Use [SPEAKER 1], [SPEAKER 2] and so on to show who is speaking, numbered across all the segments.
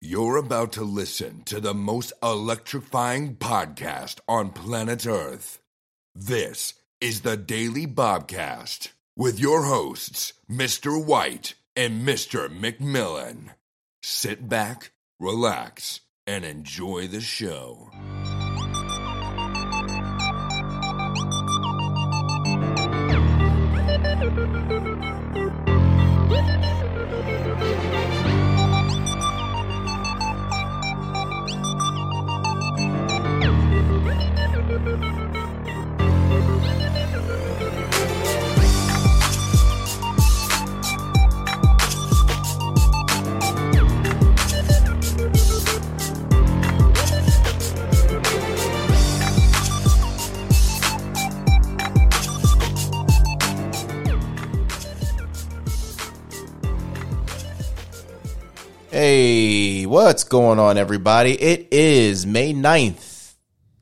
[SPEAKER 1] You're about to listen to the most electrifying podcast on planet Earth. This is the Daily Bobcast with your hosts, Mr. White and Mr. McMillan. Sit back, relax, and enjoy the show.
[SPEAKER 2] Hey, what's going on, everybody? It is May 9th,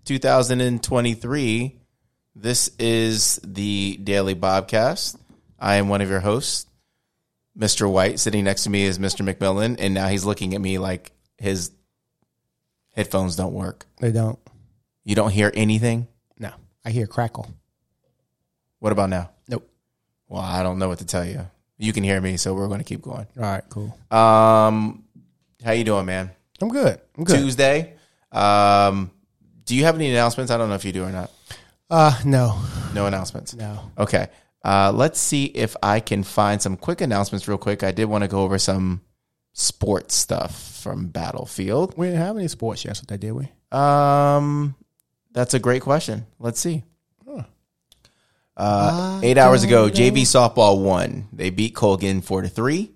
[SPEAKER 2] 2023. This is the Daily Bobcast. I am one of your hosts, Mr. White. Sitting next to me is Mr. McMillan, and now he's looking at me like his headphones don't work.
[SPEAKER 3] They don't.
[SPEAKER 2] You don't hear anything?
[SPEAKER 3] No. I hear crackle.
[SPEAKER 2] What about now?
[SPEAKER 3] Nope.
[SPEAKER 2] Well, I don't know what to tell you. You can hear me, so we're going to keep going.
[SPEAKER 3] All right, cool.
[SPEAKER 2] Um, how you doing, man?
[SPEAKER 3] I'm good. I'm good.
[SPEAKER 2] Tuesday. Um, do you have any announcements? I don't know if you do or not.
[SPEAKER 3] Uh no.
[SPEAKER 2] No announcements.
[SPEAKER 3] No.
[SPEAKER 2] Okay. Uh, let's see if I can find some quick announcements real quick. I did want to go over some sports stuff from Battlefield.
[SPEAKER 3] We didn't have any sports yesterday, did we?
[SPEAKER 2] Um, that's a great question. Let's see. Uh, eight hours ago, JV softball won. They beat Colgan four to three.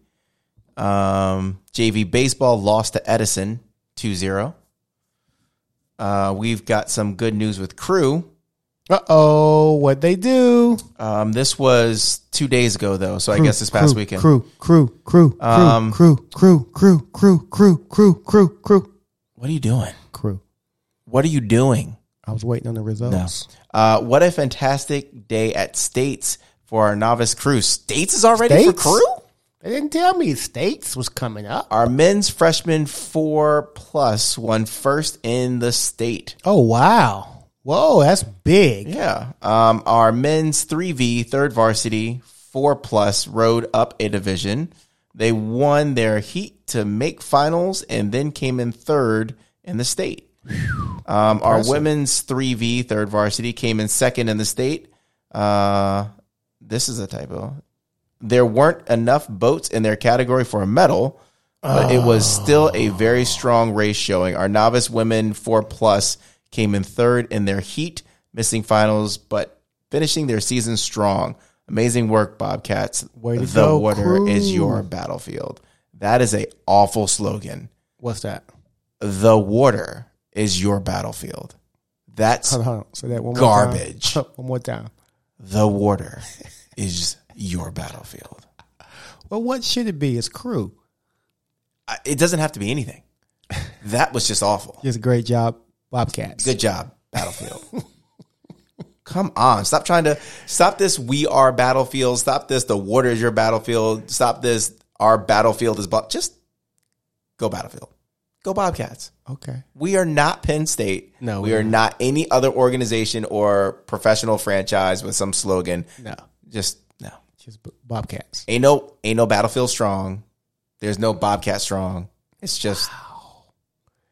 [SPEAKER 2] Um, JV baseball lost to Edison 2-0. Uh, we've got some good news with Crew.
[SPEAKER 3] Uh oh, what they do.
[SPEAKER 2] Um, this was two days ago though, so I guess this past
[SPEAKER 3] crew,
[SPEAKER 2] weekend.
[SPEAKER 3] Crew, crew, crew, crew,
[SPEAKER 2] Um,
[SPEAKER 3] crew, crew, crew, crew, crew, crew, crew, crew,
[SPEAKER 2] What are you doing?
[SPEAKER 3] crew.
[SPEAKER 2] What are you doing?
[SPEAKER 3] I was waiting on the results.
[SPEAKER 2] Uh, what a fantastic day at States for our novice crew. States is already for
[SPEAKER 3] States?
[SPEAKER 2] crew.
[SPEAKER 3] They didn't tell me states was coming up.
[SPEAKER 2] Our men's freshman four plus won first in the state.
[SPEAKER 3] Oh wow. Whoa, that's big.
[SPEAKER 2] Yeah. Um, our men's 3V, third varsity, four plus rode up a division. They won their heat to make finals and then came in third in the state. Um, our women's 3V, third varsity, came in second in the state. Uh, this is a typo. There weren't enough boats in their category for a medal, but it was still a very strong race showing. Our novice women four plus came in third in their heat, missing finals, but finishing their season strong. Amazing work, Bobcats.
[SPEAKER 3] Way to
[SPEAKER 2] the
[SPEAKER 3] go,
[SPEAKER 2] water
[SPEAKER 3] crew.
[SPEAKER 2] is your battlefield. That is a awful slogan.
[SPEAKER 3] What's that?
[SPEAKER 2] The water is your battlefield. That's
[SPEAKER 3] Hold on, hold on. Say that one
[SPEAKER 2] Garbage.
[SPEAKER 3] more time. one more time.
[SPEAKER 2] the water is your battlefield.
[SPEAKER 3] Well, what should it be? It's crew.
[SPEAKER 2] I- It doesn't have to be anything. That was just awful.
[SPEAKER 3] Just a great job, Bobcats.
[SPEAKER 2] Good job, Battlefield. Come on, stop trying to stop this. We are Battlefield. Stop this. The water is your battlefield. Stop this. Our battlefield is bo- just go Battlefield. Go Bobcats.
[SPEAKER 3] Okay.
[SPEAKER 2] We are not Penn State.
[SPEAKER 3] No,
[SPEAKER 2] we
[SPEAKER 3] we
[SPEAKER 2] are not any other organization or professional franchise with some slogan.
[SPEAKER 3] No,
[SPEAKER 2] Just no.
[SPEAKER 3] just b- Bobcats.
[SPEAKER 2] Ain't no ain't no battlefield strong. There's no Bobcat strong. It's just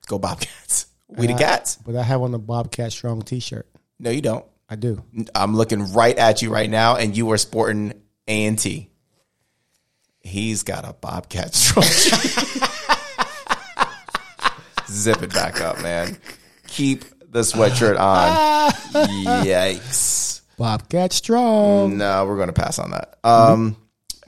[SPEAKER 2] go Bobcats. We the
[SPEAKER 3] Uh,
[SPEAKER 2] cats.
[SPEAKER 3] But I have on the Bobcat Strong T-shirt.
[SPEAKER 2] No, you don't.
[SPEAKER 3] I do.
[SPEAKER 2] I'm looking right at you right now, and you are sporting A and T. He's got a Bobcat strong. Zip it back up, man. Keep the sweatshirt on. Yikes.
[SPEAKER 3] Bobcat Strong.
[SPEAKER 2] No, we're going to pass on that. Um,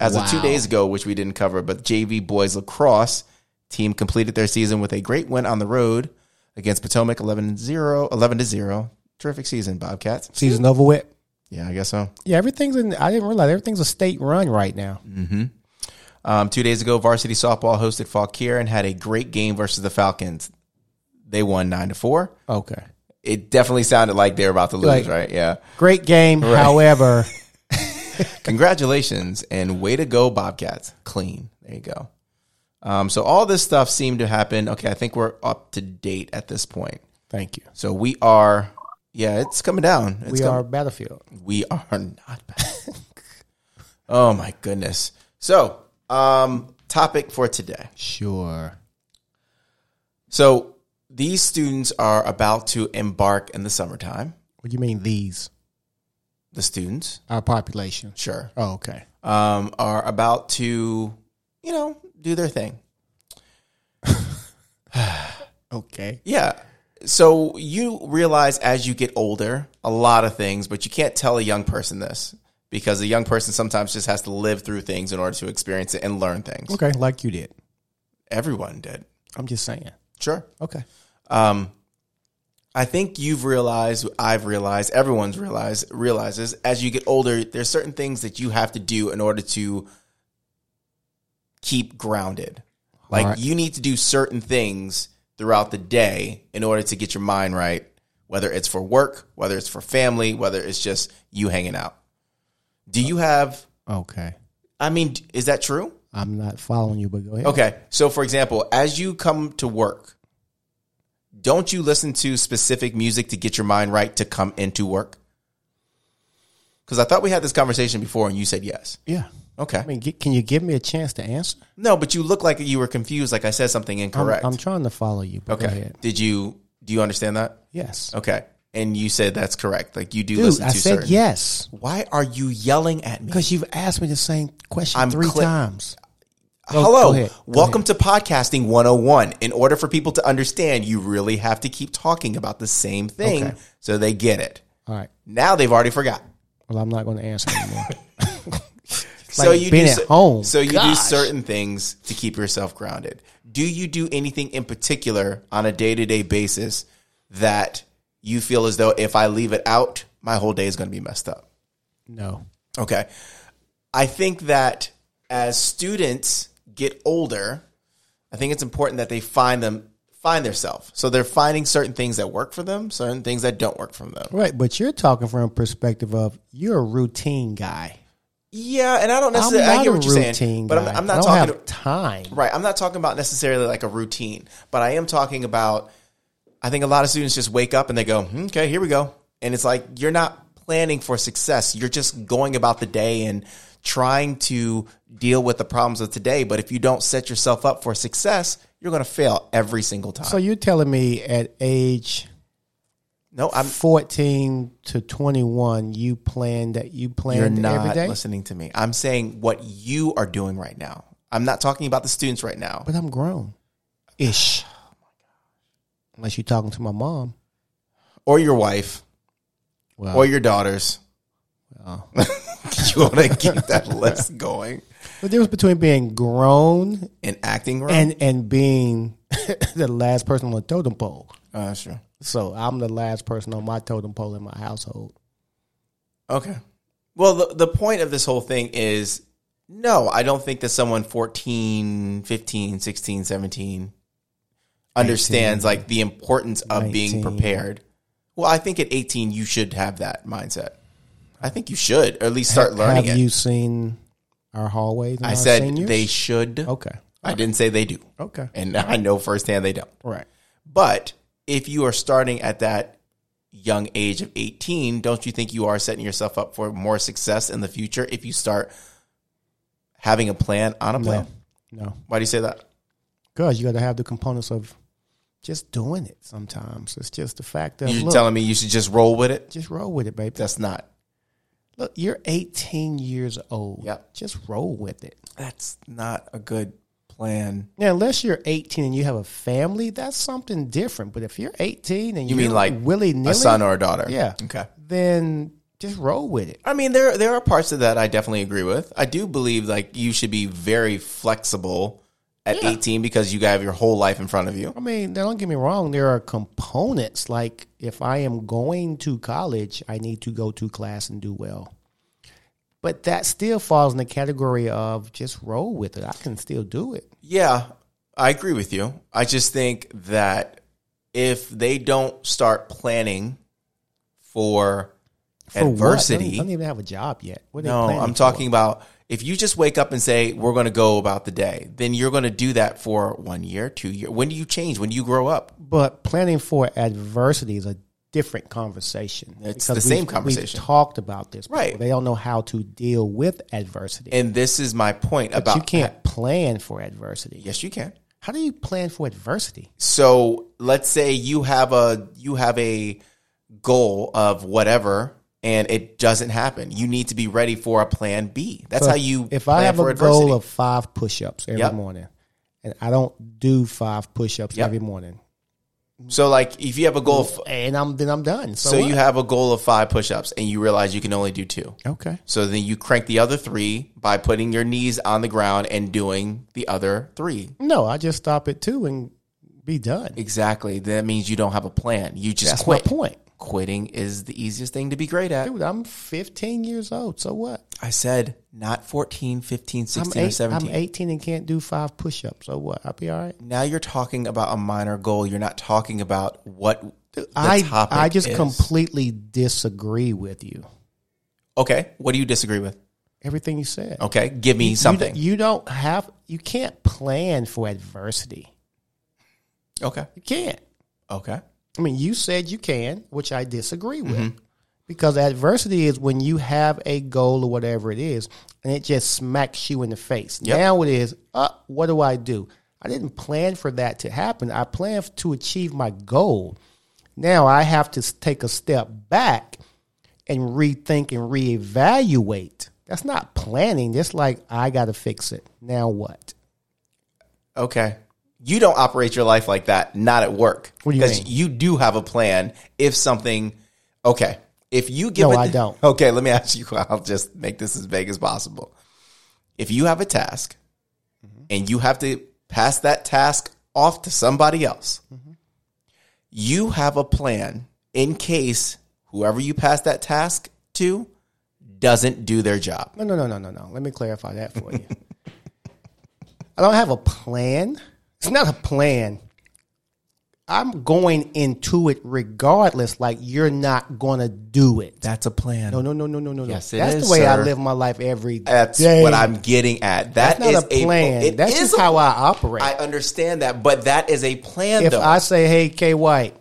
[SPEAKER 2] as of two days ago, which we didn't cover, but JV boys lacrosse team completed their season with a great win on the road against Potomac 11 0, 11 to 0. Terrific season, Bobcats.
[SPEAKER 3] Season over with.
[SPEAKER 2] Yeah, I guess so.
[SPEAKER 3] Yeah, everything's in. I didn't realize everything's a state run right now.
[SPEAKER 2] Mm. Um, two days ago, varsity softball hosted Fauquier and had a great game versus the Falcons. They won 9 to 4.
[SPEAKER 3] Okay.
[SPEAKER 2] It definitely sounded like they were about to lose,
[SPEAKER 3] Like-
[SPEAKER 2] right? Yeah.
[SPEAKER 3] Great game. However,
[SPEAKER 2] Congratulations and way to go, Bobcats. Clean. There you go. Um, so all this stuff seemed to happen. Okay, I think we're up to date at this point.
[SPEAKER 4] Thank you.
[SPEAKER 2] So we are, yeah, it's coming down. It's
[SPEAKER 4] We
[SPEAKER 2] com-
[SPEAKER 4] are Battlefield.
[SPEAKER 2] we are not back. oh my goodness. So, um, topic for today.
[SPEAKER 4] Sure.
[SPEAKER 2] So these students are about to embark in the summertime.
[SPEAKER 4] What do you mean these?
[SPEAKER 2] The students,
[SPEAKER 4] Our population.
[SPEAKER 2] sure,
[SPEAKER 4] Oh, okay.
[SPEAKER 2] um, are about to, you know, do their thing.
[SPEAKER 4] Okay.
[SPEAKER 2] Yeah. So you realize as you get older a lot of things, but you can't tell a young person this because a young person sometimes just has to live through things in order to experience it and learn things.
[SPEAKER 4] Okay, like you did.
[SPEAKER 2] Everyone did.
[SPEAKER 4] I'm just saying.
[SPEAKER 2] Sure.
[SPEAKER 4] Okay.
[SPEAKER 2] Um, I think you've realized, I've realized, everyone's realized realizes as you get older, there's certain things that you have to do in order to keep grounded. Like
[SPEAKER 4] Alright.
[SPEAKER 2] you need to do certain things throughout the day in order to get your mind right, whether it's for work, whether it's for family, whether it's just you hanging out. Do you have
[SPEAKER 4] Okay.
[SPEAKER 2] I mean, is that true?
[SPEAKER 4] I'm not following you, but go ahead.
[SPEAKER 2] Okay. So, for example, as you come to work, don't you listen to specific music to get your mind right to come into work? Because I thought we had this conversation before and you said yes.
[SPEAKER 4] Yeah.
[SPEAKER 2] Okay.
[SPEAKER 4] I mean, gi- can you give me a chance to answer?
[SPEAKER 2] No, but you look like you were confused, like I said something
[SPEAKER 4] I'm,
[SPEAKER 2] incorrect.
[SPEAKER 4] I'm trying to follow you. But Go
[SPEAKER 2] okay.
[SPEAKER 4] ahead.
[SPEAKER 2] Did you, do you understand that?
[SPEAKER 4] Yes.
[SPEAKER 2] Okay. And you said that's correct. Like you do
[SPEAKER 4] Dude,
[SPEAKER 2] listen
[SPEAKER 4] I
[SPEAKER 2] to
[SPEAKER 4] said
[SPEAKER 2] certain.
[SPEAKER 4] yes
[SPEAKER 2] Why are you yelling at me?
[SPEAKER 4] because you've asked me the same question
[SPEAKER 2] I'm
[SPEAKER 4] three
[SPEAKER 2] cli-
[SPEAKER 4] times.
[SPEAKER 2] Hello.
[SPEAKER 4] Oh, go ahead. Go
[SPEAKER 2] Welcome to Podcasting 101. In order for people to understand, you really have to keep talking about the same thing
[SPEAKER 4] Okay.
[SPEAKER 2] so they get it.
[SPEAKER 4] All right.
[SPEAKER 2] Now they've already forgot.
[SPEAKER 4] Well, I'm not going to answer anymore.
[SPEAKER 2] so
[SPEAKER 4] like
[SPEAKER 2] you
[SPEAKER 4] being
[SPEAKER 2] do
[SPEAKER 4] at
[SPEAKER 2] cer-
[SPEAKER 4] home.
[SPEAKER 2] So you do certain things to keep yourself grounded. Do you do anything in particular on a day-to-day basis that you feel as though if I leave it out, my whole day is going to be messed up?
[SPEAKER 4] no.
[SPEAKER 2] Okay. I think that as students get older, I think it's important that they find them find themselves. So they're finding certain things that work for them, certain things that don't work for them.
[SPEAKER 4] Right, but you're talking from a perspective of you're a routine guy.
[SPEAKER 2] Yeah, and I don't
[SPEAKER 4] I'm
[SPEAKER 2] necessarily
[SPEAKER 4] not
[SPEAKER 2] I get what
[SPEAKER 4] a
[SPEAKER 2] you're
[SPEAKER 4] routine
[SPEAKER 2] saying,
[SPEAKER 4] guy.
[SPEAKER 2] but I'm, I'm
[SPEAKER 4] I
[SPEAKER 2] not
[SPEAKER 4] don't
[SPEAKER 2] talking
[SPEAKER 4] have time.
[SPEAKER 2] right. I'm not talking about necessarily like a routine, but I am talking about. I think a lot of students just wake up and they go, "Hmm, "Okay, here we go," and it's like you're not planning for success. You're just going about the day and trying to deal with the problems of today. But if you don't set yourself up for success, you're going to fail every single time.
[SPEAKER 4] So you're telling me at age
[SPEAKER 2] no, I'm.
[SPEAKER 4] 14 to 21, you planned that you
[SPEAKER 2] You're
[SPEAKER 4] planned every
[SPEAKER 2] not
[SPEAKER 4] day.
[SPEAKER 2] listening to me. I'm saying what you are doing right now. I'm not talking about the students right now.
[SPEAKER 4] But I'm grown, ish.
[SPEAKER 2] Oh
[SPEAKER 4] Unless you're talking to my mom.
[SPEAKER 2] or your wife
[SPEAKER 4] Well,
[SPEAKER 2] or your daughters. you want to keep that list going
[SPEAKER 4] the difference between being grown
[SPEAKER 2] and acting wrong.
[SPEAKER 4] and and being the last person on the totem pole.
[SPEAKER 2] oh, that's true.
[SPEAKER 4] So I'm the last person on my totem pole in my household.
[SPEAKER 2] Okay. Well, the, the point of this whole thing is no, I don't think that someone 14, 15, 16, 17 understands like the importance of being
[SPEAKER 4] 19.
[SPEAKER 2] prepared. Well, I think at 18 you should have that mindset. I think you should, or at least start learning
[SPEAKER 4] Have
[SPEAKER 2] it.
[SPEAKER 4] you seen our hallways? and
[SPEAKER 2] I
[SPEAKER 4] our
[SPEAKER 2] said
[SPEAKER 4] seniors?
[SPEAKER 2] they should.
[SPEAKER 4] Okay.
[SPEAKER 2] I didn't say they do.
[SPEAKER 4] Okay.
[SPEAKER 2] And I know firsthand they don't.
[SPEAKER 4] Right.
[SPEAKER 2] But if you are starting at that young age of 18, don't you think you are setting yourself up for more success in the future if you start having a plan on a plan?
[SPEAKER 4] No.
[SPEAKER 2] Why do you say that?
[SPEAKER 4] Because you got to have the components of just doing it sometimes. It's just the fact of,
[SPEAKER 2] You're
[SPEAKER 4] look,
[SPEAKER 2] telling me you should just roll with it?
[SPEAKER 4] just roll with it, baby.
[SPEAKER 2] That's not.
[SPEAKER 4] look, you're 18 years old.
[SPEAKER 2] Yep.
[SPEAKER 4] Just roll with it.
[SPEAKER 2] That's not a good plan.
[SPEAKER 4] Now, unless you're 18 and you have a family, that's something different. But if you're 18 and
[SPEAKER 2] You
[SPEAKER 4] are
[SPEAKER 2] mean like
[SPEAKER 4] willy nilly,
[SPEAKER 2] A son or a daughter?
[SPEAKER 4] Yeah.
[SPEAKER 2] Okay.
[SPEAKER 4] then just roll with it.
[SPEAKER 2] I mean, there there are parts of that I definitely agree with. I do believe like you should be very flexible at 18 because you have your whole life in front of you.
[SPEAKER 4] I mean, now don't get me wrong. There are components like if I am going to college, I need to go to class and do well. But that still falls in the category of just roll with it. I can still do it.
[SPEAKER 2] Yeah, I agree with you. I just think that if they don't start planning for,
[SPEAKER 4] For what? I don't-
[SPEAKER 2] adversity,
[SPEAKER 4] I don't even have a job yet. What are they
[SPEAKER 2] no,
[SPEAKER 4] planning
[SPEAKER 2] I'm
[SPEAKER 4] for?
[SPEAKER 2] talking about If you just wake up and say we're going to go about the day, then you're going to do that for one year, two year. When do you change? When do you grow up?
[SPEAKER 4] But planning for adversity is a different conversation.
[SPEAKER 2] It's
[SPEAKER 4] Because
[SPEAKER 2] the same
[SPEAKER 4] we've-
[SPEAKER 2] conversation.
[SPEAKER 4] We've talked about this.
[SPEAKER 2] Right.
[SPEAKER 4] before. They don't know how to deal with adversity.
[SPEAKER 2] And this is my point about
[SPEAKER 4] you can't plan for adversity.
[SPEAKER 2] Yes, you can.
[SPEAKER 4] How do you plan for adversity?
[SPEAKER 2] So let's say you have a you have a goal of whatever and it doesn't happen. You need to be ready for a plan B. That's how you
[SPEAKER 4] If
[SPEAKER 2] plan
[SPEAKER 4] I have
[SPEAKER 2] for
[SPEAKER 4] a
[SPEAKER 2] adversity.
[SPEAKER 4] goal of five push-ups every
[SPEAKER 2] Yep.
[SPEAKER 4] morning, and I don't do five push-ups
[SPEAKER 2] Yep.
[SPEAKER 4] every morning,
[SPEAKER 2] So like if you have a goal of,
[SPEAKER 4] and I'm then I'm done. So,
[SPEAKER 2] so you
[SPEAKER 4] what?
[SPEAKER 2] have a goal of 5 push-ups and you realize you can only do 2.
[SPEAKER 4] okay,
[SPEAKER 2] So then you crank the other 3 by putting your knees on the ground and doing the other 3.
[SPEAKER 4] no, I just stop at two and be done.
[SPEAKER 2] Exactly. That means you don't have a plan. You just
[SPEAKER 4] That's
[SPEAKER 2] quit.
[SPEAKER 4] my point,
[SPEAKER 2] Quitting is the easiest thing to be great at.
[SPEAKER 4] dude. I'm 15 years old. So what?
[SPEAKER 2] I said not 14, 15, 16
[SPEAKER 4] I'm
[SPEAKER 2] or 17.
[SPEAKER 4] I'm 18 and can't do five push-ups. So what? I'll be all right.
[SPEAKER 2] now you're talking about a minor goal. You're not talking about what the
[SPEAKER 4] I
[SPEAKER 2] topic
[SPEAKER 4] I just
[SPEAKER 2] is.
[SPEAKER 4] completely disagree with you.
[SPEAKER 2] okay. What do you disagree with?
[SPEAKER 4] Everything you said.
[SPEAKER 2] Okay, give me
[SPEAKER 4] You-
[SPEAKER 2] Oh, something.
[SPEAKER 4] You, don't have. You can't plan for adversity.
[SPEAKER 2] okay,
[SPEAKER 4] You can't.
[SPEAKER 2] okay,
[SPEAKER 4] I mean, you said you can, which I disagree with, because adversity is when you have a goal or whatever it is, and it just smacks you in the face.
[SPEAKER 2] Yep.
[SPEAKER 4] Now it is, uh, what do I do? I didn't plan for that to happen. I planned to achieve my goal. Now I have to s- take a step back and rethink and reevaluate. That's not planning. That's like I got to fix it. Now what?
[SPEAKER 2] okay. You don't operate your life like that. Not at work.
[SPEAKER 4] What do you mean?
[SPEAKER 2] you do have a plan. If something, okay. If you give,
[SPEAKER 4] No,
[SPEAKER 2] I
[SPEAKER 4] I don't.
[SPEAKER 2] Okay, let me ask you. I'll just make this as vague as possible. If you have a task
[SPEAKER 4] Mm-hmm.
[SPEAKER 2] and you have to pass that task off to somebody else,
[SPEAKER 4] Mm-hmm.
[SPEAKER 2] you have a plan in case whoever you pass that task to doesn't do their job.
[SPEAKER 4] No, no, no, no, no, no. Let me clarify that for you. I don't have a plan. It's not a plan. I'm going into it regardless, like you're not going to do it.
[SPEAKER 2] That's a plan.
[SPEAKER 4] No, no, no, no, no, no, no.
[SPEAKER 2] Yes, it
[SPEAKER 4] That's
[SPEAKER 2] is,
[SPEAKER 4] the way I
[SPEAKER 2] sir.
[SPEAKER 4] live my life every day.
[SPEAKER 2] That's what I'm getting at. That
[SPEAKER 4] That's not
[SPEAKER 2] is
[SPEAKER 4] a plan.
[SPEAKER 2] it
[SPEAKER 4] That's
[SPEAKER 2] is
[SPEAKER 4] just
[SPEAKER 2] a-
[SPEAKER 4] how I operate.
[SPEAKER 2] I understand that, but that is a plan
[SPEAKER 4] if
[SPEAKER 2] though.
[SPEAKER 4] I say, "Hey, K White,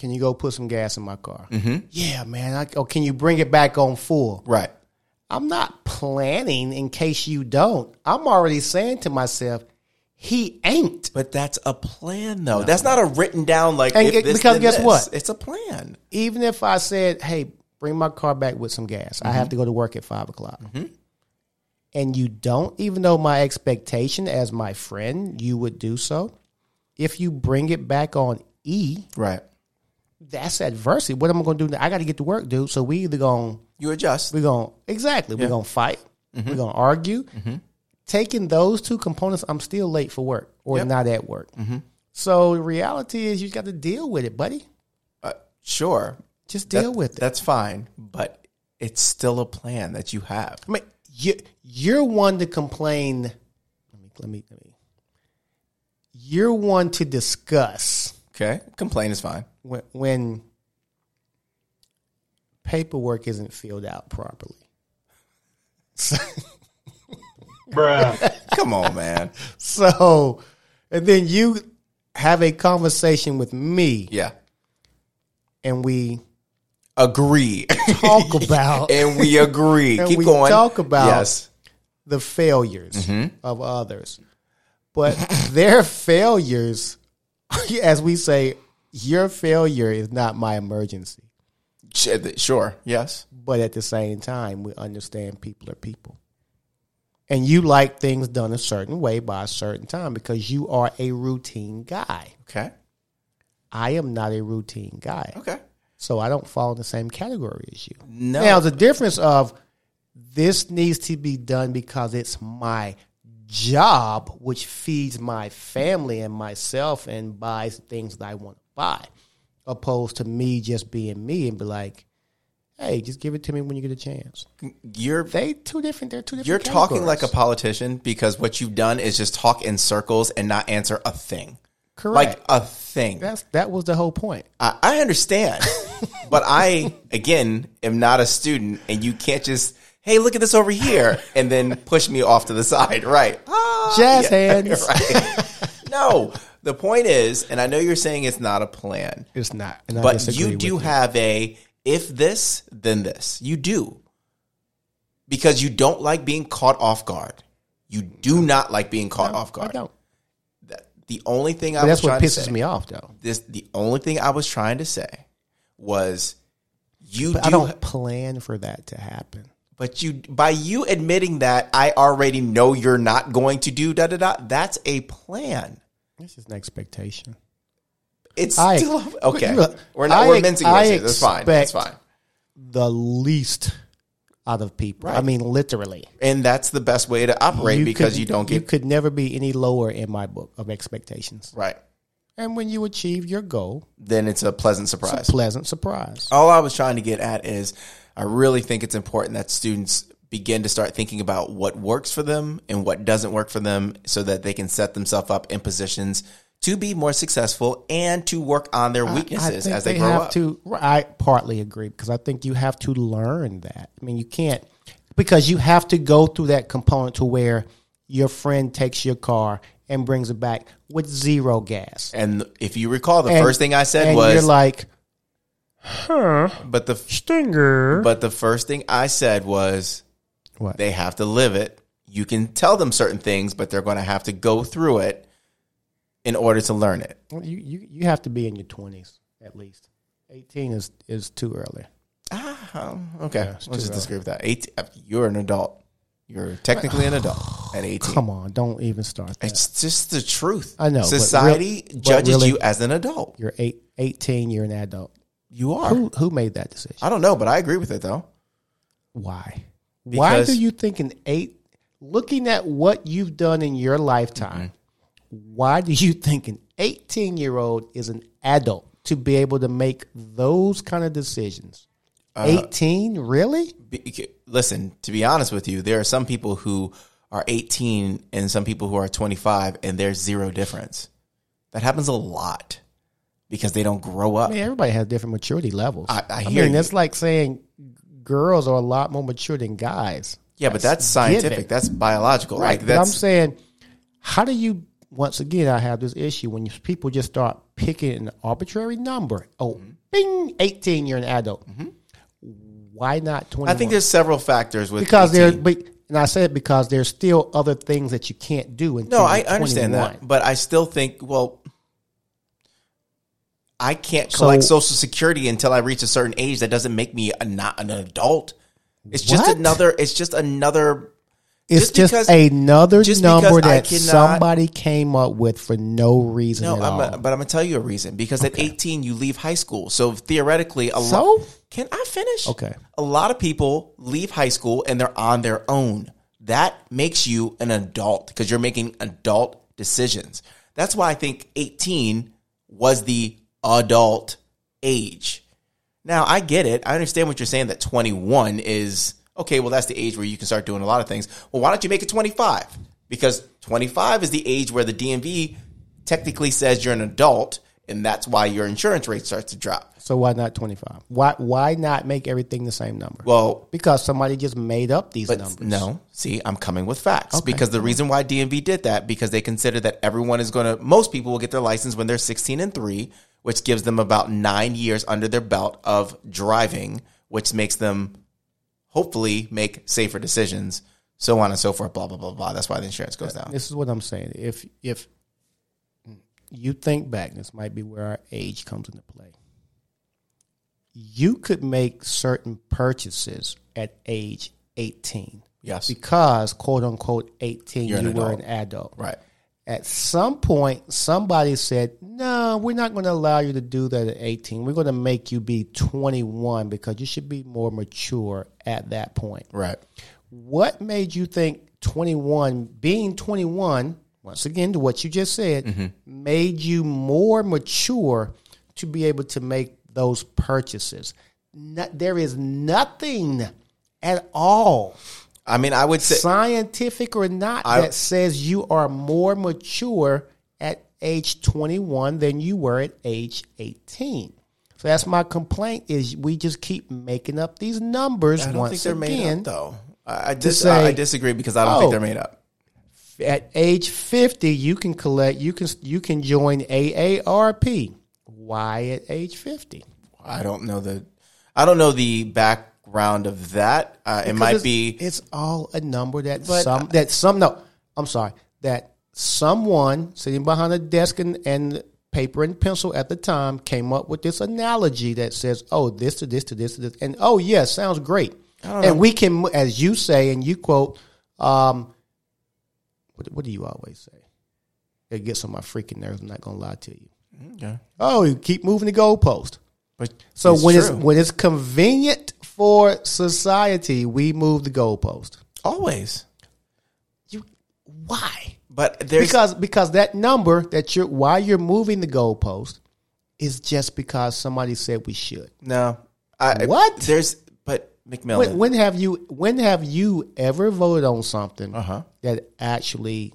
[SPEAKER 4] can you go put some gas in my car?"
[SPEAKER 2] Mm-hmm.
[SPEAKER 4] Yeah, man. I, or can you bring it back on full?
[SPEAKER 2] right.
[SPEAKER 4] I'm not planning in case you don't. I'm already saying to myself, he ain't.
[SPEAKER 2] But that's a plan though. that's not a written down like
[SPEAKER 4] And
[SPEAKER 2] if
[SPEAKER 4] get-
[SPEAKER 2] this,
[SPEAKER 4] because
[SPEAKER 2] then
[SPEAKER 4] guess
[SPEAKER 2] this.
[SPEAKER 4] what?
[SPEAKER 2] It's a plan.
[SPEAKER 4] Even if I said, hey, bring my car back with some gas, I have to go to work at five o'clock. And you don't, even though my expectation as my friend, you would do so. If you bring it back on E,
[SPEAKER 2] Right.
[SPEAKER 4] that's adversity. What am I going to do? now? I got to get to work, dude. So we either going to
[SPEAKER 2] You adjust.
[SPEAKER 4] We're going to exactly. We're going to fight. We're going to argue. Taking those two components, I'm still late for work or not at work. So the reality is, you got to deal with it, buddy.
[SPEAKER 2] Uh, sure.
[SPEAKER 4] Just deal
[SPEAKER 2] That-
[SPEAKER 4] with it.
[SPEAKER 2] That's fine, but it's still a plan that you have.
[SPEAKER 4] I mean, you you're one to complain. Let me let me let me. You're one to discuss
[SPEAKER 2] Okay. Complain is fine.
[SPEAKER 4] when, when paperwork isn't filled out properly.
[SPEAKER 2] Come on, man.
[SPEAKER 4] So, and then you have a conversation with me,
[SPEAKER 2] Yeah.
[SPEAKER 4] and we
[SPEAKER 2] Agree.
[SPEAKER 4] talk about
[SPEAKER 2] and we agree.
[SPEAKER 4] And
[SPEAKER 2] Keep
[SPEAKER 4] we
[SPEAKER 2] going.
[SPEAKER 4] talk about-
[SPEAKER 2] Yes. Mm-hmm.
[SPEAKER 4] the failures of others. But their failures, as we say, your failure is not my emergency.
[SPEAKER 2] Sh- Sure. Yes.
[SPEAKER 4] But at the same time, we understand people are people. And you like things done a certain way by a certain time because you are a routine guy.
[SPEAKER 2] Okay.
[SPEAKER 4] I am not a routine guy.
[SPEAKER 2] Okay.
[SPEAKER 4] So I don't fall in the same category as you.
[SPEAKER 2] No.
[SPEAKER 4] Now the difference of this needs to be done because it's my job, which feeds my family and myself and buys things that I want to buy, opposed to me just being me and be like, hey, just give it to me when you get a chance.
[SPEAKER 2] You're
[SPEAKER 4] They two different. They're two different.
[SPEAKER 2] You're talking like a
[SPEAKER 4] categories.
[SPEAKER 2] politician because what you've done is just talk in circles and not answer a thing.
[SPEAKER 4] correct.
[SPEAKER 2] Like a thing.
[SPEAKER 4] That's that was the whole point.
[SPEAKER 2] I, I understand. but I, again, am not a student and you can't just, hey, look at this over here, and then push me off to the side. Right. Ah,
[SPEAKER 4] Jazz hands.
[SPEAKER 2] right. No. The point is, and I know you're saying it's not a plan,
[SPEAKER 4] It's not. and I
[SPEAKER 2] but
[SPEAKER 4] disagree
[SPEAKER 2] you
[SPEAKER 4] with
[SPEAKER 2] do have a if this, then this. You do. Because you don't like being caught off guard. You do not like being caught off
[SPEAKER 4] I
[SPEAKER 2] guard.
[SPEAKER 4] don't.
[SPEAKER 2] The only thing I
[SPEAKER 4] But
[SPEAKER 2] was
[SPEAKER 4] that's what
[SPEAKER 2] trying to
[SPEAKER 4] pisses
[SPEAKER 2] say-
[SPEAKER 4] me off, though.
[SPEAKER 2] This the only thing I was trying to say was you
[SPEAKER 4] But
[SPEAKER 2] do
[SPEAKER 4] I don't plan for that to happen.
[SPEAKER 2] but you by you admitting that I already know you're not going to do da da da. That's a plan.
[SPEAKER 4] This is an expectation.
[SPEAKER 2] It's
[SPEAKER 4] I-
[SPEAKER 2] still okay.
[SPEAKER 4] you-
[SPEAKER 2] we're not
[SPEAKER 4] I
[SPEAKER 2] we're
[SPEAKER 4] ex-
[SPEAKER 2] mincing
[SPEAKER 4] I
[SPEAKER 2] words here. That's fine. That's
[SPEAKER 4] expect-
[SPEAKER 2] fine.
[SPEAKER 4] The least out of people. I
[SPEAKER 2] Right.
[SPEAKER 4] mean, literally.
[SPEAKER 2] And that's the best way to operate because
[SPEAKER 4] could-
[SPEAKER 2] you don't
[SPEAKER 4] You
[SPEAKER 2] get
[SPEAKER 4] could never be any lower in my book of expectations.
[SPEAKER 2] right.
[SPEAKER 4] And when you achieve your goal,
[SPEAKER 2] Then it's a pleasant surprise.
[SPEAKER 4] it's a pleasant surprise.
[SPEAKER 2] All I was trying to get at is I really think it's important that students begin to start thinking about what works for them and what doesn't work for them so that they can set themselves up in positions to be more successful and to work on their weaknesses as they, grow
[SPEAKER 4] have
[SPEAKER 2] up.
[SPEAKER 4] To, I partly agree because I think you have to learn that. I mean, you can't because you have to go through that component to where your friend takes your car and brings it back with zero gas.
[SPEAKER 2] And if you recall, the
[SPEAKER 4] And-
[SPEAKER 2] first thing I said
[SPEAKER 4] and you're
[SPEAKER 2] was,
[SPEAKER 4] like
[SPEAKER 2] but the
[SPEAKER 4] Stinger.
[SPEAKER 2] but the first thing I said was,
[SPEAKER 4] What?
[SPEAKER 2] they have to live it. You can tell them certain things, but they're going to have to go through it in order to learn it.
[SPEAKER 4] Well, you, you you have to be in your twenties at least. Eighteen is is too early.
[SPEAKER 2] Um, okay, let's just disagree with that. Eight, uh, you're an adult. You're technically an adult at 18.
[SPEAKER 4] Come on, don't even start. That.
[SPEAKER 2] It's just the truth.
[SPEAKER 4] I know, but
[SPEAKER 2] Society
[SPEAKER 4] real- but
[SPEAKER 2] judges
[SPEAKER 4] really-
[SPEAKER 2] you as an adult.
[SPEAKER 4] You're eight, 18, You're an adult.
[SPEAKER 2] You are.
[SPEAKER 4] Who who made that decision?
[SPEAKER 2] I don't know, but I agree with it though.
[SPEAKER 4] Why? Why
[SPEAKER 2] Because-
[SPEAKER 4] do you think an eight? Looking at what you've done in your lifetime, why do you think an eighteen year old is an adult to be able to make those kind of decisions?
[SPEAKER 2] Uh,
[SPEAKER 4] Eighteen, really?
[SPEAKER 2] Be- Listen, to be honest with you, there are some people who are 18 and some people who are 25, and there's zero difference. That happens a lot because they don't grow up.
[SPEAKER 4] I mean, everybody has different maturity levels.
[SPEAKER 2] I- I hear
[SPEAKER 4] mean,
[SPEAKER 2] you.
[SPEAKER 4] it's like saying girls are a lot more mature than guys.
[SPEAKER 2] yeah, but that's scientific.
[SPEAKER 4] given.
[SPEAKER 2] That's biological.
[SPEAKER 4] Right.
[SPEAKER 2] Like
[SPEAKER 4] but I'm
[SPEAKER 2] that's
[SPEAKER 4] saying, how do you? Once again, I have this issue when you, people just start picking an arbitrary number. Oh,
[SPEAKER 2] Mm-hmm.
[SPEAKER 4] bing, 18, you're an adult. Why not 21?
[SPEAKER 2] I think there's several factors with
[SPEAKER 4] because
[SPEAKER 2] 18.
[SPEAKER 4] there, but, and I said because there's still other things that you can't do. Until
[SPEAKER 2] No, I
[SPEAKER 4] you're
[SPEAKER 2] I understand
[SPEAKER 4] 21.
[SPEAKER 2] that, but I still think well, I can't collect
[SPEAKER 4] So-
[SPEAKER 2] Social Security until I reach a certain age. That doesn't make me a, not an adult. It's just
[SPEAKER 4] What?
[SPEAKER 2] another. It's just another.
[SPEAKER 4] It's
[SPEAKER 2] just
[SPEAKER 4] just,
[SPEAKER 2] because-
[SPEAKER 4] another
[SPEAKER 2] just
[SPEAKER 4] number
[SPEAKER 2] because I
[SPEAKER 4] that
[SPEAKER 2] cannot-
[SPEAKER 4] somebody came up with for no reason
[SPEAKER 2] No,
[SPEAKER 4] at
[SPEAKER 2] I'm
[SPEAKER 4] all.
[SPEAKER 2] a, but I'm gonna tell you a reason because at 18 you leave high school, so theoretically a lot.
[SPEAKER 4] So?
[SPEAKER 2] Can I finish?
[SPEAKER 4] Okay.
[SPEAKER 2] A lot of people leave high school and they're on their own. That makes you an adult because you're making adult decisions. That's why I think 18 was the adult age. Now, I get it. I understand what you're saying that 21 is okay, well, that's the age where you can start doing a lot of things. Well, why don't you make it 25? Because 25 is the age where the DMV technically says you're an adult, and that's why your insurance rate starts to drop.
[SPEAKER 4] So why not 25? Why why not make everything the same number?
[SPEAKER 2] Well,
[SPEAKER 4] because somebody just made up these
[SPEAKER 2] but
[SPEAKER 4] numbers.
[SPEAKER 2] no, see, I'm coming with facts because the reason why DMV did that because they consider that everyone is going to most people will get their license when they're 16 and 3, which gives them about 9 years under their belt of driving, which makes them hopefully make safer decisions, so on and so forth, blah blah blah blah. That's why the insurance goes down.
[SPEAKER 4] This is what I'm saying. If if you think back, this might be where our age comes into play. You could make certain purchases at age 18
[SPEAKER 2] Yes.
[SPEAKER 4] because quote unquote 18
[SPEAKER 2] You're an
[SPEAKER 4] you were
[SPEAKER 2] adult.
[SPEAKER 4] an adult.
[SPEAKER 2] Right.
[SPEAKER 4] At some point somebody said, "No, we're not going to allow you to do that at 18. We're going to make you be 21 because you should be more mature at that point."
[SPEAKER 2] Right.
[SPEAKER 4] what made you think 21 being 21 once again to what you just said made you more mature to be able to make those purchases No- there is nothing at all
[SPEAKER 2] I mean, I would say
[SPEAKER 4] scientific or not that says you are more mature at age 21 than you were at age 18 so that's my complaint is we just keep making up these numbers
[SPEAKER 2] I don't
[SPEAKER 4] once
[SPEAKER 2] think they're
[SPEAKER 4] again
[SPEAKER 2] made up though. I, I, dis-
[SPEAKER 4] say-
[SPEAKER 2] I disagree because I don't think
[SPEAKER 4] Oh.
[SPEAKER 2] they're made up.
[SPEAKER 4] At age 50, you can collect, you can, you can join AARP. Why at age 50?
[SPEAKER 2] I don't know the I don't know the background of that. Uh, it might
[SPEAKER 4] Because
[SPEAKER 2] be
[SPEAKER 4] It's all a number that some that some no. I'm sorry. That someone sitting behind a desk and, and paper and pencil at the time came up with this analogy that says, "Oh, this to this to this to this," and "Oh, yeah, sounds great." And we can, as you say, and you quote, um, what, what do you always say? It gets on my freaking nerves. I'm not gonna lie to you.
[SPEAKER 2] okay.
[SPEAKER 4] Oh, you keep moving the goalpost.
[SPEAKER 2] But
[SPEAKER 4] So when it's
[SPEAKER 2] true.
[SPEAKER 4] when it's convenient for society, we move the goalpost.
[SPEAKER 2] always.
[SPEAKER 4] You why?
[SPEAKER 2] But there's
[SPEAKER 4] because because that number that you're why you're moving the goalpost is just because somebody said we should.
[SPEAKER 2] no I,
[SPEAKER 4] What?
[SPEAKER 2] there's but McMillan.
[SPEAKER 4] When, when have you when have you ever voted on something
[SPEAKER 2] Uh-huh.
[SPEAKER 4] that actually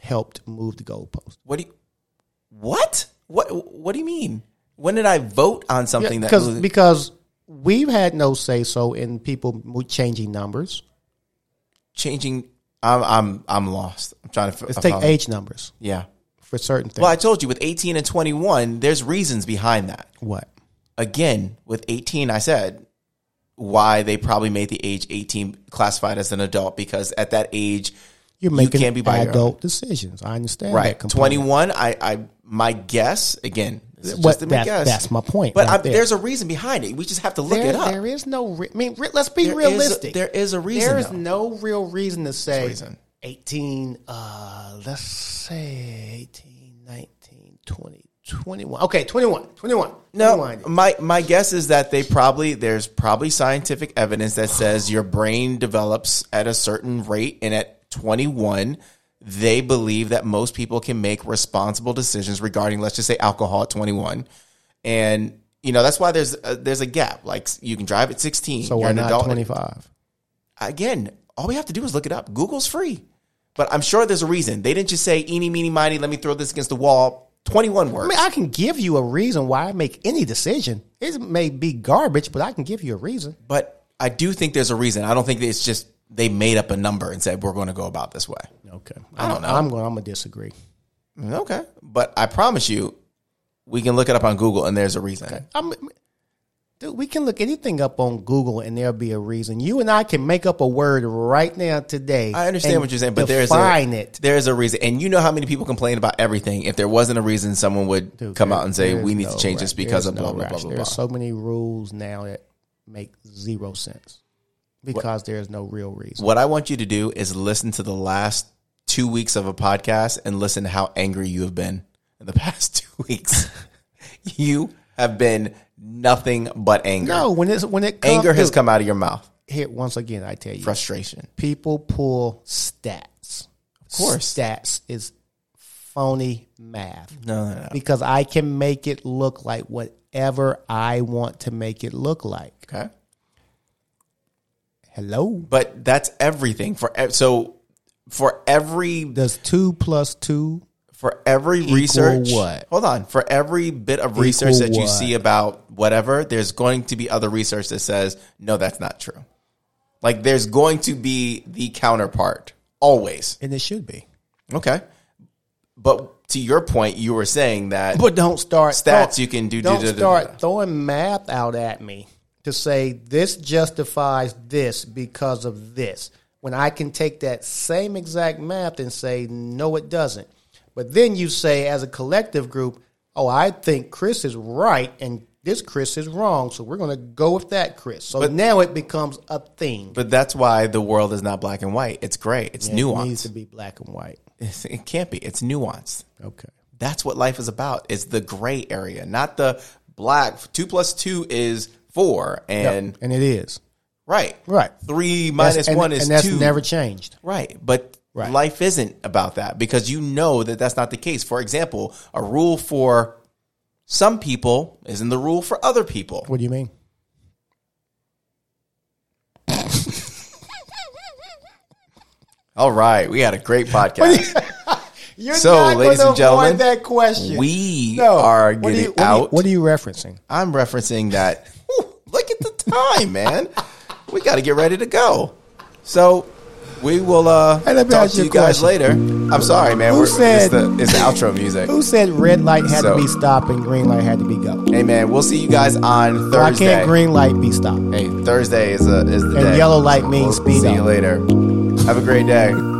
[SPEAKER 4] helped move the goalpost?
[SPEAKER 2] What do you what what what do you mean? When did I vote on something that
[SPEAKER 4] because because we've had no say so in people mo- changing numbers.
[SPEAKER 2] changing? I'm I'm I'm lost. I'm trying to.
[SPEAKER 4] Let's take age numbers
[SPEAKER 2] Yeah.
[SPEAKER 4] for certain things.
[SPEAKER 2] Well, I told you with 18 and 21, there's reasons behind that.
[SPEAKER 4] What?
[SPEAKER 2] Again, with 18, I said why they probably made the age 18 classified as an adult because at that age,
[SPEAKER 4] You're
[SPEAKER 2] You
[SPEAKER 4] making
[SPEAKER 2] can't be by your
[SPEAKER 4] adult decisions. I understand
[SPEAKER 2] right?
[SPEAKER 4] that completely.
[SPEAKER 2] 21, I, I my guess again, this is
[SPEAKER 4] What-
[SPEAKER 2] just my
[SPEAKER 4] that-
[SPEAKER 2] guess.
[SPEAKER 4] that's my point
[SPEAKER 2] But
[SPEAKER 4] right
[SPEAKER 2] I,
[SPEAKER 4] there.
[SPEAKER 2] there's a reason behind it. We just have to look
[SPEAKER 4] There-
[SPEAKER 2] it up.
[SPEAKER 4] there is no. Re- I mean, re- let's be
[SPEAKER 2] There is a-
[SPEAKER 4] realistic.
[SPEAKER 2] there is a reason.
[SPEAKER 4] there is
[SPEAKER 2] though.
[SPEAKER 4] no real reason to say
[SPEAKER 2] reason.
[SPEAKER 4] 18. Uh, let's say 18, 19, 20, 21. Okay, 21, 21.
[SPEAKER 2] No,
[SPEAKER 4] 21.
[SPEAKER 2] my my guess is that they probably there's probably scientific evidence that says your brain develops at a certain rate, and at 21, they believe that most people can make responsible decisions regarding, let's just say, alcohol at 21, and you know that's why there's a, there's a gap. Like you can drive at 16,
[SPEAKER 4] So why not 25?
[SPEAKER 2] Again, all we have to do is look it up. Google's free, but I'm sure there's a reason they didn't just say eeny meeny miny. Let me throw this against the wall. 21 words.
[SPEAKER 4] I mean, I can give you a reason why I make any decision. It may be garbage, but I can give you a reason.
[SPEAKER 2] But I do think there's a reason. I don't think it's just they made up a number and said we're going to go about this way.
[SPEAKER 4] Okay,
[SPEAKER 2] I don't know.
[SPEAKER 4] I'm going. I'm gonna disagree.
[SPEAKER 2] Okay, but I promise you, we can look it up on Google and there's a reason.
[SPEAKER 4] I'm, dude, we can look anything up on Google and there'll be a reason. You and I can make up a word right now today.
[SPEAKER 2] I understand
[SPEAKER 4] and
[SPEAKER 2] what you're saying, but there's
[SPEAKER 4] define
[SPEAKER 2] a,
[SPEAKER 4] it.
[SPEAKER 2] There's a reason, and you know how many people complain about everything. If there wasn't a reason, someone would come out and say we need to change this because of blah blah blah blah. blah.
[SPEAKER 4] There's so many rules now that make zero sense because there's no real reason.
[SPEAKER 2] what I want you to do is listen to the last two weeks of a podcast and listen to how angry you have been in the past two weeks. you have been nothing but anger.
[SPEAKER 4] No, when it's when it comes,
[SPEAKER 2] anger has come out of your mouth.
[SPEAKER 4] here once again. I tell you,
[SPEAKER 2] Frustration.
[SPEAKER 4] people pull stats. Of
[SPEAKER 2] course.
[SPEAKER 4] stats is phony math.
[SPEAKER 2] No, no, no.
[SPEAKER 4] because I can make it look like whatever I want to make it look like.
[SPEAKER 2] Okay.
[SPEAKER 4] Hello?
[SPEAKER 2] But that's everything for ev- so for every
[SPEAKER 4] Does two plus two?
[SPEAKER 2] for every research.
[SPEAKER 4] what?
[SPEAKER 2] Hold on. For every bit of research that you
[SPEAKER 4] what?
[SPEAKER 2] see about whatever, there's going to be other research that says no, that's not true. Like there's going to be the counterpart always.
[SPEAKER 4] And it should be.
[SPEAKER 2] Okay. But to your point, you were saying that
[SPEAKER 4] But don't start
[SPEAKER 2] Stats you can do-
[SPEAKER 4] Don't
[SPEAKER 2] do- do- do-
[SPEAKER 4] start
[SPEAKER 2] do.
[SPEAKER 4] throwing math out at me to say this justifies this because of this. When I can take that same exact math and say no, it doesn't. But then you say, as a collective group, oh, I think Chris is right and this Chris is wrong, so we're going to go with that Chris. So now it becomes a thing.
[SPEAKER 2] but that's why the world is not black and white. It's gray. It's
[SPEAKER 4] It needs to
[SPEAKER 2] nuanced.
[SPEAKER 4] be black and white.
[SPEAKER 2] It can't be. It's nuanced.
[SPEAKER 4] Okay.
[SPEAKER 2] That's what life is about. It's the gray area, not the black. Two plus two is four, and
[SPEAKER 4] And it is.
[SPEAKER 2] right,
[SPEAKER 4] Right.
[SPEAKER 2] Three minus
[SPEAKER 4] and,
[SPEAKER 2] one is
[SPEAKER 4] and that's
[SPEAKER 2] two.
[SPEAKER 4] never changed.
[SPEAKER 2] right, but
[SPEAKER 4] Right.
[SPEAKER 2] life isn't about that because you know that that's not the case. For example, a rule for some people isn't the rule for other people.
[SPEAKER 4] What do you mean?
[SPEAKER 2] All right, we had a great podcast.
[SPEAKER 4] You're
[SPEAKER 2] So,
[SPEAKER 4] not gonna
[SPEAKER 2] ladies and
[SPEAKER 4] avoid
[SPEAKER 2] gentlemen,
[SPEAKER 4] that question.
[SPEAKER 2] we
[SPEAKER 4] No.
[SPEAKER 2] are
[SPEAKER 4] What do
[SPEAKER 2] getting
[SPEAKER 4] you- what do you-
[SPEAKER 2] out.
[SPEAKER 4] What are you referencing?
[SPEAKER 2] I'm referencing that. Ooh, look at the time, man. We got to get ready to go. So we will uh,
[SPEAKER 4] Hey, let me
[SPEAKER 2] talk
[SPEAKER 4] ask
[SPEAKER 2] to
[SPEAKER 4] you a
[SPEAKER 2] you guys
[SPEAKER 4] question.
[SPEAKER 2] later. I'm sorry, man.
[SPEAKER 4] Who
[SPEAKER 2] We're,
[SPEAKER 4] said-
[SPEAKER 2] it's, the, it's the outro music.
[SPEAKER 4] Who said red light had
[SPEAKER 2] So-
[SPEAKER 4] to be stopped and green light had to be go?
[SPEAKER 2] Hey, man. We'll see you guys on
[SPEAKER 4] Why
[SPEAKER 2] Thursday.
[SPEAKER 4] can't green light be stopped?
[SPEAKER 2] hey, Thursday is, uh, is the
[SPEAKER 4] And
[SPEAKER 2] day.
[SPEAKER 4] yellow light means
[SPEAKER 2] We'll
[SPEAKER 4] speed
[SPEAKER 2] see
[SPEAKER 4] up.
[SPEAKER 2] you later. Have a great day.